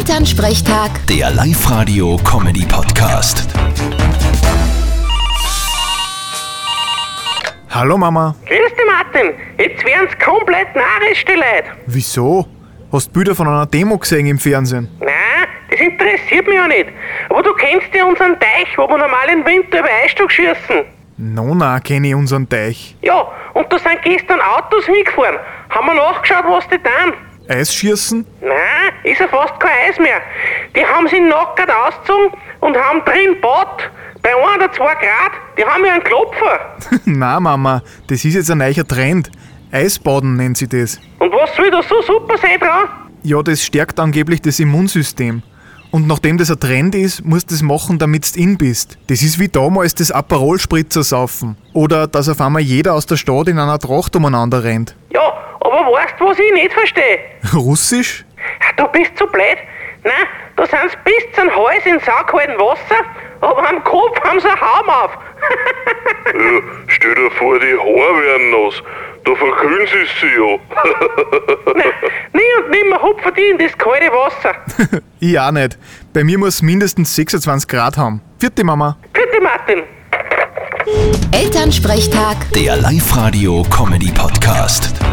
Elternsprechtag, Der Live-Radio-Comedy-Podcast. Hallo Mama, Grüß dich, Martin. Jetzt werden's komplett narrisch, die Leute. wieso? Hast Bilder von einer Demo gesehen im Fernsehen? Nein, das interessiert mich ja nicht. Aber du kennst ja unseren Teich, wo wir normal im Winter über Eisstock schießen. No, na, kenne ich unseren Teich. Ja, und da sind gestern Autos hingefahren. Haben wir nachgeschaut, was die tun. Eisschießen? Nein, ist ja fast kein Eis mehr. Die haben sich nackert ausgezogen und haben drin Bad. Bei 1 oder 2 Grad, die haben ja einen Klopfer. na Mama, das ist jetzt ein neuer Trend. Eisbaden nennt sie das. Und was soll da so super sein dran? Ja, das stärkt angeblich das Immunsystem. Und nachdem das ein Trend ist, musst du das machen, damit du in bist. Das ist wie damals das Aperol-Spritzer saufen. Oder dass auf einmal jeder aus der Stadt in einer Tracht umeinander rennt. Ja, aber weißt du, was ich nicht verstehe? Russisch? Ja, Du bist zu blöd. Nein, da sind sie bis zum Hals in saukaltem Wasser, aber am Kopf haben sie einen Haum auf. Ja, stell dir vor, die Haare werden nass. Da verkühlen sie sich ja. Nein, nie und nimmer hupfen die in das kalte Wasser. Ich auch nicht. Bei mir muss mindestens 26 Grad haben. Vierte Mama. Bitte, Martin. Elternsprechtag. Der Live-Radio-Comedy-Podcast.